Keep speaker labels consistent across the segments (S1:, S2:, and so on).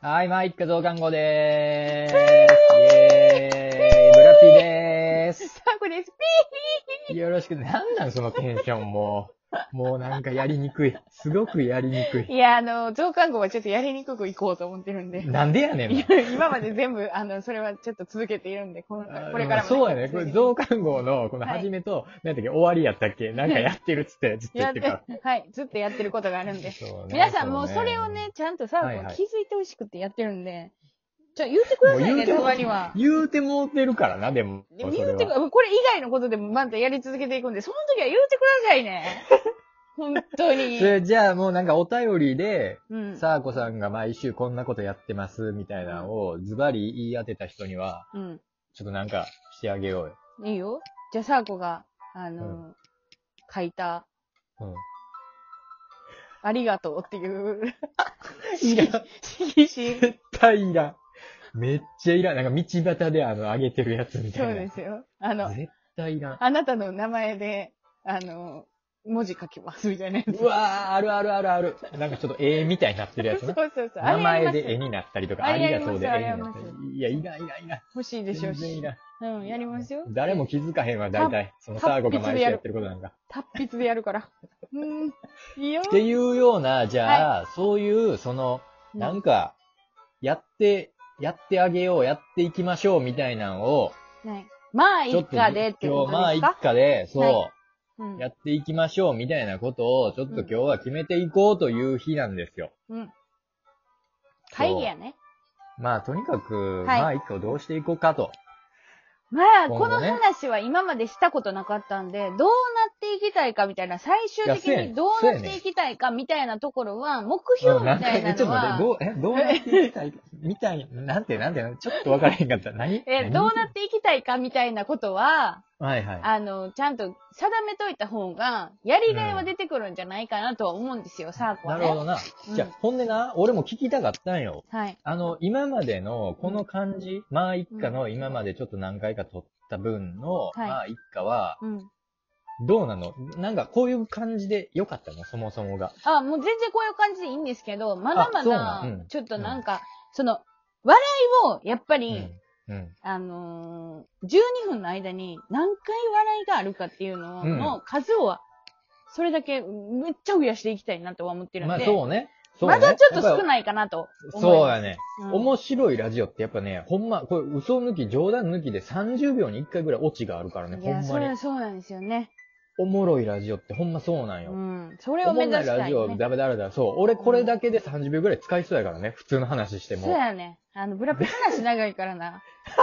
S1: はい、マイク増刊号でーす。イェーイ。ブラピーでーす。
S2: タコです。
S1: よろしく。なんなんそのテンションもう。もうなんかやりにくい。すごくやりにく
S2: ピ
S1: い。
S2: ーいや、あの、増刊号はちょっとやりにくくいこうと思ってるんで。
S1: なんでやねん。
S2: いや 今まで全部、あの、それはちょっと続けているんで、このこれからも、
S1: そうやね。これ増
S2: 刊
S1: 刊号のこの
S2: はい
S1: 始めと、なんだっけ、終わりやったっけなんかやってるっつって、ずっと言
S2: や
S1: っ
S2: ってて
S1: るから。、
S2: はい、ずっとやってることがあるんで。
S1: そうね
S2: 皆さんもうそれをね、、ちゃんとさ、
S1: はいはい
S2: もう気づいてほしくってやってるんで、ちょ、言ってくださ
S1: も
S2: い
S1: う言う
S2: ね、
S1: て
S2: 動
S1: も
S2: 画には。
S1: 言うてもうてるからな、でも。
S2: で
S1: それは
S2: 言うてく、これ以外のことでもまたやり続けていくんで、その時は言うてくださ いね。本当に。
S1: それじゃあもうなんかお便りで、
S2: うん。
S1: サーコさんが毎週こんなことやってますみたいなのをズバリ言い当てた人には、
S2: うん。
S1: ちょっとなんかしてあげようよ。
S2: いいよ。じゃあ、サーコが、あの、
S1: う
S2: 書いた、
S1: うん。
S2: ありがとうっていう、
S1: いらん。
S2: 色紙。
S1: 絶対いらん。めっちゃいらん。なんか道端であの、あげてるやつみた
S2: そ
S1: いうな。
S2: ですよ。あの、
S1: 絶対いらん。
S2: あなたの名前で、あの、文字書きますみたいなやつ。
S1: うわー、あるあるあるある。なんかちょっと絵みたいになってるやつ
S2: そう
S1: な。
S2: そうそう。
S1: 名
S2: あれやりま
S1: 前
S2: す
S1: で絵になったりとか、あ
S2: あれ
S1: り
S2: や
S1: が
S2: り
S1: と
S2: ま
S1: う
S2: す
S1: で絵になった
S2: あれやり
S1: り。いや、いらん、いらん、いらん。
S2: 欲しいでし
S1: 全
S2: ょう
S1: 然い
S2: し。
S1: らん。
S2: うん、やりますよ。
S1: 誰も気づかへんわ、大体。そのサーゴが毎週やってることなんか。
S2: 達筆でやるから。うん。いいよ
S1: っ。ていうような、じゃあ、そういう、その、なんか、やって、やってあげよう、やっていきましょう、みたいなんを、
S2: はい。まあ、
S1: ちょっ
S2: 一
S1: と、
S2: 家でって
S1: 今
S2: こ
S1: 日、
S2: と
S1: まあ、
S2: です
S1: 一
S2: か、
S1: 家で、そう、
S2: はうん
S1: やっていきましょう、みたいなことを、ちょっと今日は決めていこうという日なんですよ。
S2: うん。会議やね。
S1: まあ、とにかく、
S2: はい
S1: まあ、一家をどうしていこうかと。
S2: まあ、
S1: 今
S2: こ
S1: 後
S2: の
S1: ね
S2: 話は今までしたことなかったんで、どうなっていきたいかみたいな、最終的
S1: いやせやねん
S2: にどうなっていきたいかみたいなところは、目標み
S1: なんか、
S2: たい
S1: え
S2: な
S1: ちょっ
S2: の
S1: と待っ
S2: は
S1: て、、どう、え、どうなっていきた いか、みたい、なんて、なんて、ちょっとわからへんかった。何
S2: え、どうなっていきたいかみたいなことは、
S1: 何はいはい。
S2: あの、ちゃんと定めといた方が、やりがいは出てくるんじゃないかなとは思うんですよ、サーコ
S1: な
S2: は
S1: るほ
S2: ね。
S1: どな。
S2: うん
S1: じゃあ、ほんでな、俺も聞きたかったんよ。
S2: はい。
S1: あの、今までの、この感じ、まあ一家の今までちょっと何回か撮った分の、
S2: はい
S1: まあ一家は、
S2: うん。
S1: どうなのなんかこういう感じで良かったのそもそもが。
S2: あ、もう全然こういう感じでいいんですけど、まだ
S1: あ
S2: ま
S1: そうなんう
S2: だ
S1: ん、
S2: ちょっとなんか、その、笑いを、やっぱ
S1: う
S2: り、
S1: ん。うん。
S2: あのー、12分の間に何回笑いがあるかっていうの
S1: うん
S2: の数を、それだけめっちゃ増やしていきたいなとは思ってるんで、
S1: まあそうね。そうね
S2: まだちょっと少
S1: やっ
S2: ないかなと
S1: ぱ
S2: 思います。
S1: そうやね、
S2: うん
S1: 面白いラジオってやっぱね、ほんま、これ嘘抜き、冗談抜きで30秒に1回ぐらいオチがあるからね、
S2: い
S1: ほ
S2: や、
S1: ん
S2: そ
S1: ま
S2: れ
S1: に
S2: は。そうなんですよね。
S1: おもろいラジオってほんまそうなん
S2: う
S1: よ。
S2: ん。それ
S1: お
S2: を
S1: も
S2: 目
S1: ん
S2: 指
S1: ない
S2: し
S1: ラ
S2: たい
S1: ジオ
S2: よ、ね。
S1: ダメだらだ。そう。俺これだけで30秒ぐらい使いそうやからね。普通の話しても。
S2: そうやね。あの、ブラピ話長いからな。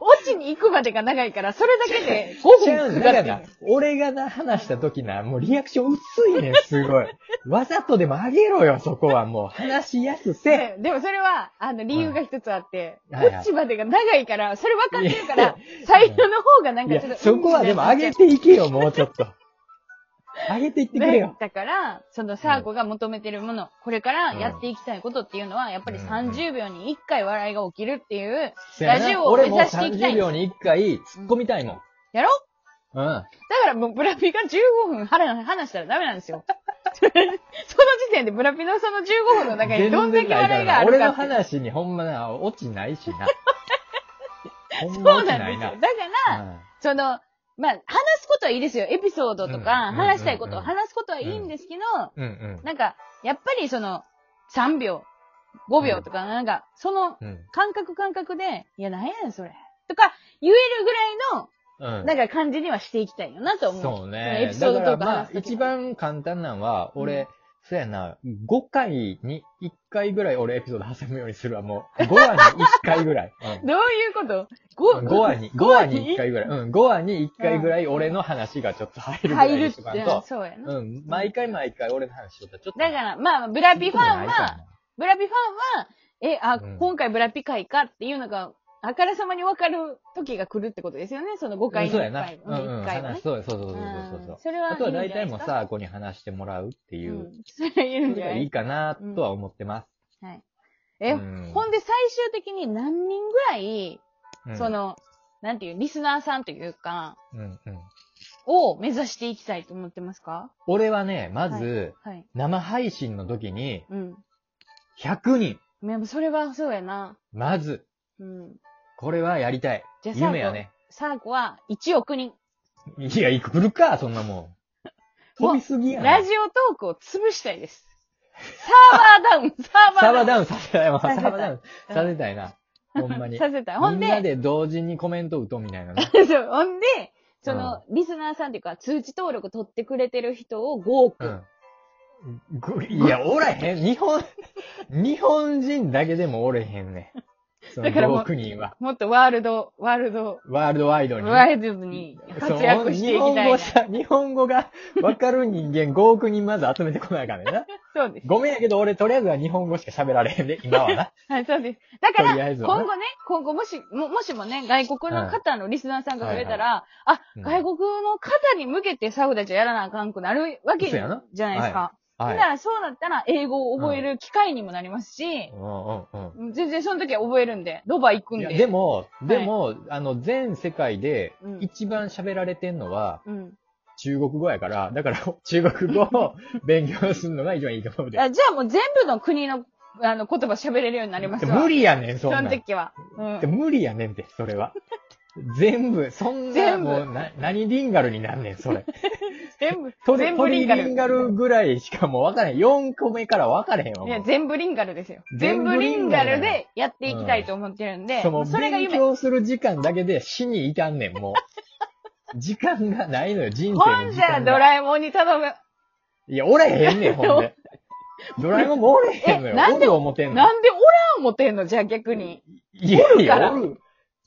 S2: オチに行くまでが長いから、それだけで
S1: ちゃ
S2: 5
S1: う
S2: 分
S1: ん
S2: か
S1: だ
S2: か
S1: よ
S2: っ
S1: な
S2: てる。。
S1: 俺がな、話した時な、もうリアクション薄いねん、す ごい。わざとでもあげろよ、そこはもう。話しやすせ。
S2: ででもそれは、あの、理由が一つあって、
S1: うんはいはい
S2: オチまでが長いから、それ分かってるから、最初の方 がなん
S1: い
S2: かちょっと
S1: や、。そこはでも上げていけよ、もうちょ っと。上げていってくれ
S2: ね
S1: よ。
S2: だから、そのサーコが求めてるもの、これからやっていきたいことっていうのは、やっぱり
S1: うん
S2: 30秒に1回笑いが起きるっていう、
S1: そやな
S2: ラジオを
S1: 俺
S2: 目
S1: も
S2: 指していきた
S1: 30
S2: い
S1: 秒に1回突っ込みたいもん。
S2: やろ
S1: うん。
S2: だからもうブラピが15分話話したらダメなんですよ。 その時点でブラピのその15分の中にどんだけ笑いがあ
S1: 俺
S2: るか
S1: の
S2: って。
S1: 話にほんまな、落ちない しな。ほんま
S2: そう
S1: 落ち
S2: なん
S1: な
S2: で
S1: い
S2: す
S1: な
S2: よ。だ。から、その、まあ、話すことはいいですよ。エピソードとか、
S1: うん
S2: 話したいこ
S1: うん
S2: と、
S1: うん
S2: 話すことはいいんですけど、
S1: うんうん
S2: なんか、やっぱりその、3秒、5秒とか、なんか、その
S1: うん。
S2: 感覚感覚で、いや、なんやねん、それ。とか、言えるぐらい
S1: うん。う
S2: の、
S1: ん
S2: なんか感じにはしていきたいよなと思う。
S1: そう
S2: その
S1: ね
S2: エ。ピソ
S1: だか
S2: ード
S1: ら
S2: とか
S1: ま
S2: 話
S1: あ
S2: す、時
S1: 一番簡単なのは、俺、
S2: うん
S1: そうやな、5回に1回ぐらい俺エピソード挟むようにするわ、もう。5話に1回ぐらい。うん
S2: どういうこと
S1: 5
S2: 5
S1: 話に、5話に1回ぐらい。うん、5話に1回ぐらい俺の話がちょっと入るぐらい
S2: 入る
S1: に
S2: っ
S1: してとかんと、。
S2: そうやな。
S1: うん、毎回毎回俺の話しとったらちょっと。
S2: だから、まあ、ブラピファンは、
S1: は、
S2: ブラピファンは、え、あ、
S1: うん
S2: 今回ブラピ会かっていうのが、あからさまに分かる時が来るってことですよね。その5回に
S1: そうや
S2: 1
S1: な
S2: 回。。
S1: うんうん、
S2: 1回は
S1: 話
S2: ね。
S1: そうそうそううそうそうそ
S2: ん
S1: う
S2: それは
S1: あとは大体もう
S2: い
S1: さ、こに話してもらうって
S2: い
S1: い
S2: ん
S1: う、
S2: じゃないですか、うんそれはいいん
S1: そ
S2: じ
S1: れ
S2: ゃな
S1: がいい
S2: い
S1: かなとは思ってます。
S2: はい。え、
S1: うん
S2: ほんで最終的に何人ぐらい、
S1: うん
S2: そ、の、なんていう、リスナーさんというか、
S1: うんうん。
S2: を目指していきたいと思ってますか
S1: 俺はね、まず、
S2: はい。
S1: 生配信の時に、
S2: うん。
S1: 100人。
S2: やっぱそれはそうやな。
S1: まず、
S2: うん。
S1: これはやりたい。
S2: じゃあ最後
S1: 夢やね。
S2: サーコは1億人。
S1: いや、来るか、そん なもん。飛びすぎやな
S2: ラジオトークを潰したいです。サーバーダウン、サー バー
S1: サーバー
S2: ダウン。
S1: ダウンさせたいわ。サ
S2: させた
S1: ー
S2: い
S1: バーダウン
S2: うん
S1: させたいな。ほんまに。
S2: させたい。ほん
S1: みんなで
S2: で、
S1: 同時にコメント打とうみたいなね。
S2: そうほんで、その、リスナーさんっていうか、通知登録取ってくれてる人を5億。
S1: うん。ぐいや、おらへん。日本、日本人だけでもおれへんね。その
S2: だからもう
S1: 5億人は。
S2: もっとワールド、ワールド、
S1: ワールドワイドに。
S2: ワイルドに活躍していきたいな。そ
S1: そう日本語さ、日 本語がわかる人間5億人まず集めてこないからな。
S2: うです。
S1: ごめんやけど俺とりあえずは日本語しか喋られへんで、今は な。
S2: はい、そうです。だか
S1: とりあ
S2: ら、
S1: えず
S2: 今
S1: はね
S2: 後ね、今後もし、ももしもね、外国の方のリスナーさんが増えたら、
S1: うん
S2: あ、外国の方に向けてサウダちゃやらなあかんくなるわけじ
S1: そう
S2: ゃ
S1: や
S2: ない
S1: な
S2: ですか。
S1: はい。
S2: だからそうなったら、英語を覚える機会にもなりますし、
S1: うんうんうん。
S2: 全然その時は覚えるんで、ドバイ行くん
S1: いや
S2: で。
S1: でも、でも、あの、全世界で
S2: うん
S1: 一番喋られてんのは
S2: うん。
S1: 中国語やから、だから 中国語を勉強するのが一番いいと思うで。
S2: あじゃあもう全部の国の、あの、言葉喋れるようになりますわ。
S1: 無理やねん、そ
S2: そ
S1: んなん。
S2: の時は。うん。
S1: 無理やねんって、それは。全部、そんな、
S2: 全部
S1: もう、な、何リンガルになんねん、それ。
S2: 全部、
S1: ト
S2: 全
S1: リ
S2: 部
S1: ト
S2: リ
S1: リ
S2: ンガ
S1: リ
S2: ル
S1: ンガルぐらいしかもう分からへん。4個目から分からへんわ。
S2: い
S1: もう
S2: や、全部リンガルですよ。全
S1: 全
S2: 部
S1: 部
S2: リ
S1: リ
S2: ン
S1: ン
S2: ガ
S1: ガル
S2: ルでやっていきたいと思ってるんで、
S1: その、
S2: それが
S1: 勉
S2: 夢。
S1: 強する時間だけで死に至んねん、も う。時間がないのよ、人生
S2: ほん
S1: の時
S2: じゃ
S1: 間
S2: あド
S1: が。
S2: ラえもんに頼む。
S1: いや、おれへんねん、ほん で。ドラえもんもおれへんの
S2: え
S1: よ。
S2: なん
S1: お
S2: で
S1: る思てんの。
S2: なんでおらん思ってんのじゃあ逆に。
S1: いやい
S2: おるから
S1: や、おる。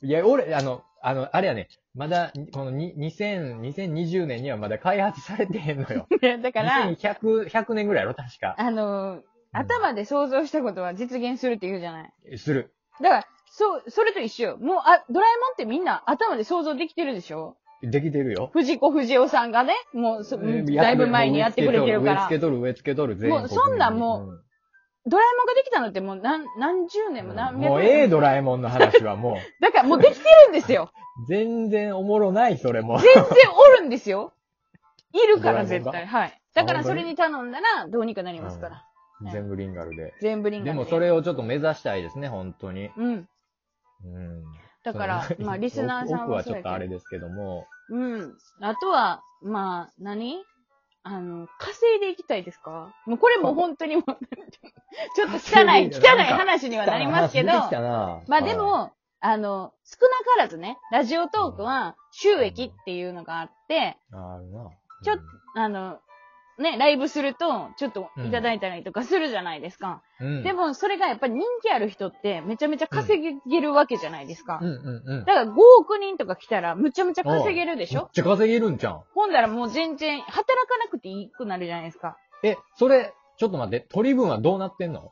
S1: いや、俺、あの、あの、あれやね、まだ、このに2000、2020年にはまだ開発されてへんのよ。
S2: ね だから、
S1: 2100、100年ぐらいやろ、確か。
S2: あのー、頭で想像したことは実現するって言うじゃない。
S1: する。
S2: だから、そう、それと一緒よ。もう、あ、ドラえもんってみんな頭で想像できてるでしょ
S1: できてるよ。
S2: 藤子不二雄さんがね、もうそ、だいぶ前にやってくれてるから。
S1: 植え付けとる、植え付けとる、全
S2: もうそんなんも
S1: う、
S2: ドラえもんができたのってもう何、何十年も何百年
S1: もうええドラえもんの話はも
S2: だからもうできてるんですよ。
S1: う、全然おもろない、それも。
S2: 全然おるんで すよ。いるから絶
S1: ドラえ
S2: 対。はい。だから
S1: あ
S2: そ
S1: ほんまに
S2: れに頼んだらどうにかなりますから。
S1: うん全部リンガルで。
S2: 全部リンガ
S1: で
S2: ル
S1: もそ。れをちょっと目指したいですね、本当に。
S2: うん。
S1: うん。
S2: だから
S1: そ、の
S2: まあリスナーさん
S1: 奥
S2: は
S1: は
S2: そ
S1: ち
S2: う
S1: ょ
S2: や
S1: っとあ
S2: け
S1: れですけども、
S2: ど。うん。あとは、まあ、何あの、稼いでいきたいですかもうこれも本当にもう ちょっと汚
S1: 稼いでい
S2: い、汚
S1: きたい
S2: い話にはなりますけど、
S1: 話出てきたな
S2: まあで、も、あの、少なからずね、ラジオトークは収益っていうのがあって、
S1: ああるな。
S2: ちょっあの、ね、ライブすると、ちょっといただいたりとかするじゃないですか。
S1: うん、
S2: でも、それがやっぱり人気ある人って、めちゃめちゃ稼げるわけじゃないですか。
S1: うん、うん、うん。
S2: だから5億人とか来たら、むちゃむちゃ稼げるでし
S1: めっ
S2: ょ
S1: ちゃ稼げるんじゃん。
S2: ほんだらもう全然、働かなくていいくなるじゃないですか。
S1: え、それ、ちょっと待って、鳥分はどうなってんの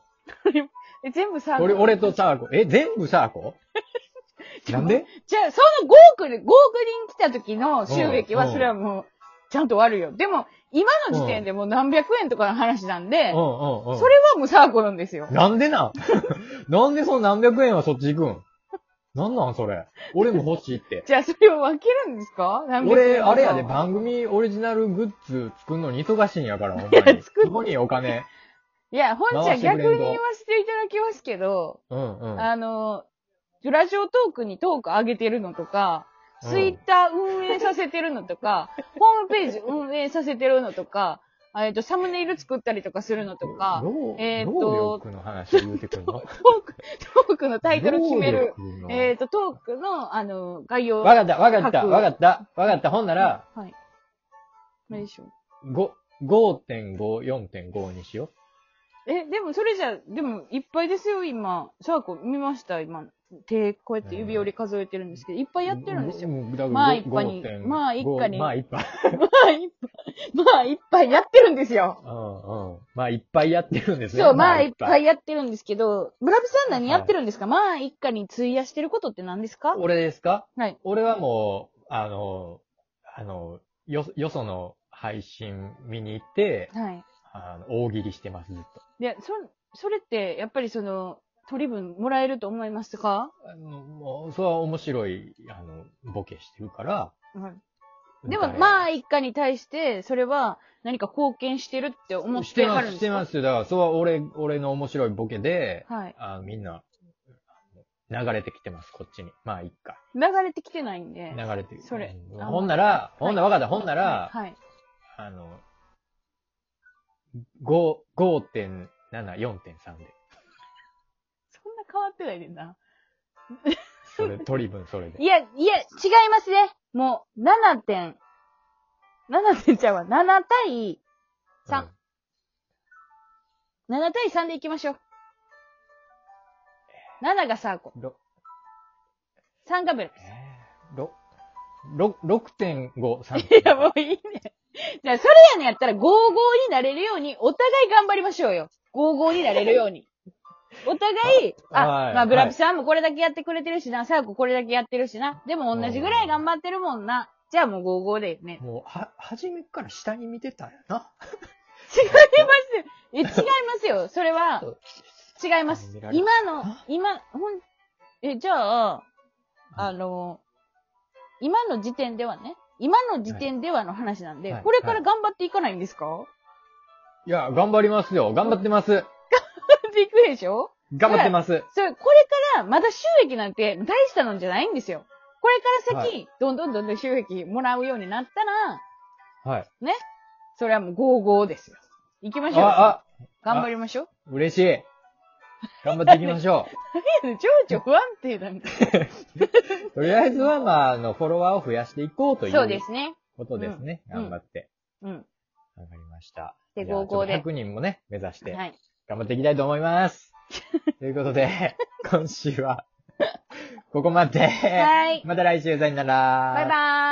S2: え全部さ、
S1: 俺、俺とサーコ。え、全部サーコ なんで
S2: じゃあ、その5億で、5億人来た時の収益は、
S1: うん
S2: それはもう、ちゃんと割るよ。でも、今の時点でもう何百円とかの話なん
S1: う
S2: で、
S1: ん
S2: それ
S1: うんうん。
S2: はもうサーコルんですよ。
S1: なんでなん なんでその何百円はそっち行くんなんなんそれ。俺も欲しいって。
S2: じゃあ、それを分けるんですか何百円
S1: 俺、
S2: とか
S1: あれやで、番組オリジナルグッズ作るのに忙しいんやから、ほん
S2: い
S1: ま
S2: や
S1: に。
S2: 作っ
S1: そこにお金。
S2: いや、本ちゃ
S1: 回
S2: ん
S1: してく
S2: 逆
S1: れん
S2: に
S1: ぞ
S2: 言わせていただきますけど、
S1: うんうん。
S2: あの、ラジオトークにトーク上げてるのとか、
S1: うん
S2: ツイッター運営させてるの とか、ホームページ運営させてるのとか、えっと、サムネイル作ったりとかするのとか、
S1: 労
S2: えーと
S1: 労力の話を言うてくるの
S2: トーク、トークの タイトル決める。。
S1: 労力の
S2: えっ、と、トークの、あの、概要。
S1: わかった、わかった、
S2: 各
S1: わかった、わかった。ほんなら、
S2: はい。何でしょう。
S1: 5 5.5、4.5にしよ
S2: え、でもそれじゃ、でもいっぱいですよ、今。サーコ見ました、今。手、こうやって指折り数えてるんですけど、いっぱ
S1: う。
S2: いやってるんですよ。
S1: う。だから
S2: まあ一家に
S1: 5.5
S2: まあ一家に
S1: まあ一家。
S2: まあ、いっぱい、まあ、いっぱいやってるんですよ。
S1: うんうん。まあいっぱいやってるんですね。
S2: そう、まあ、いっぱ
S1: い。
S2: いやってるんですけど、村ピさん何やってるんですか、まあ、一家に費やしてることって何ですか
S1: 俺ですか
S2: はい。
S1: 俺はもう、あの、あの、よ、よその配信見に行って、
S2: はい。
S1: あの大喜利してます、ずっと。
S2: で、そ、それって、やっぱりその、取り分もらえると思いますか
S1: あの、もう、それは面白い、あの、ボケしてるから、
S2: はい。でも、
S1: あ、
S2: まあ、一家に対して、それは何か貢献してるって思っ
S1: して
S2: て
S1: ま
S2: はるん
S1: す、
S2: で
S1: し
S2: すか。
S1: てますすよ。だから、そうは俺、俺の面白いボケで、
S2: はい。
S1: あみんな、流れてきてます、こっちに。まあ、いっか。
S2: 流れてきてないんで。
S1: 流れて
S2: それ
S1: うん
S2: あの
S1: ほんなら、
S2: い
S1: ほんなら、わかった、ほんなら、
S2: はいはい。
S1: あの、5 5.7、4.3で。
S2: そんな変わってないねんな。
S1: それ、取り分それで
S2: い。 や、いや、違いますね。もう、7点。7点ちゃうわ。7対、3
S1: うん
S2: 7対3でいきましょう。7がサーコ。
S1: ろ
S2: 3がベルプス。
S1: えーろろ6.5、3。
S2: いや、もういいね。じゃあ、それやねんやったら、55になれるように、お互い頑張りましょうよ。55になれるよう に。お互い、あ、
S1: はい
S2: まあ、ブラピさんもこれだけやってくれてるしな、サーコこれだけやってるしな。でも同じぐらい頑張ってるもんな。じゃあもう55でね。
S1: もう、は、初めから下に見てたんやな。
S2: 違います。え、違いますよ。それは、違います
S1: 見ら。れる
S2: 今の、今、ほん、え、じゃあ、あの、今の時点ではね、今の時点ではの話なんで、
S1: はい
S2: これから頑張っていかないんですか、
S1: いや、頑張りますよ。頑張ってます。
S2: っていくでしょ
S1: 頑張ってます。
S2: それ、これから、まだ収益なんて大したのじゃないんですよ。これから先、
S1: は
S2: どんどんどんどん収益もらうようになったら、
S1: はい。
S2: それはもう55ですよ。行きましょう。
S1: あ、あ、
S2: 頑張りましょう。
S1: 嬉しい。頑張っていきましょ
S2: 情緒不安定なんだ。
S1: う。とりあえずは、まあ、あの、フォロワーを増やしていこうとい
S2: そうで
S1: う
S2: すね。
S1: ことですね。
S2: う
S1: 頑
S2: ん
S1: 張って。
S2: うん。
S1: わかりました。
S2: で
S1: じゃあ
S2: 合コンで
S1: ちょっと100人もね、目指して、
S2: はい。
S1: 頑張っていきたいと思い ます。ということで、今週は、ここまで。
S2: はい
S1: また来週、さよなら。
S2: バイバーイ。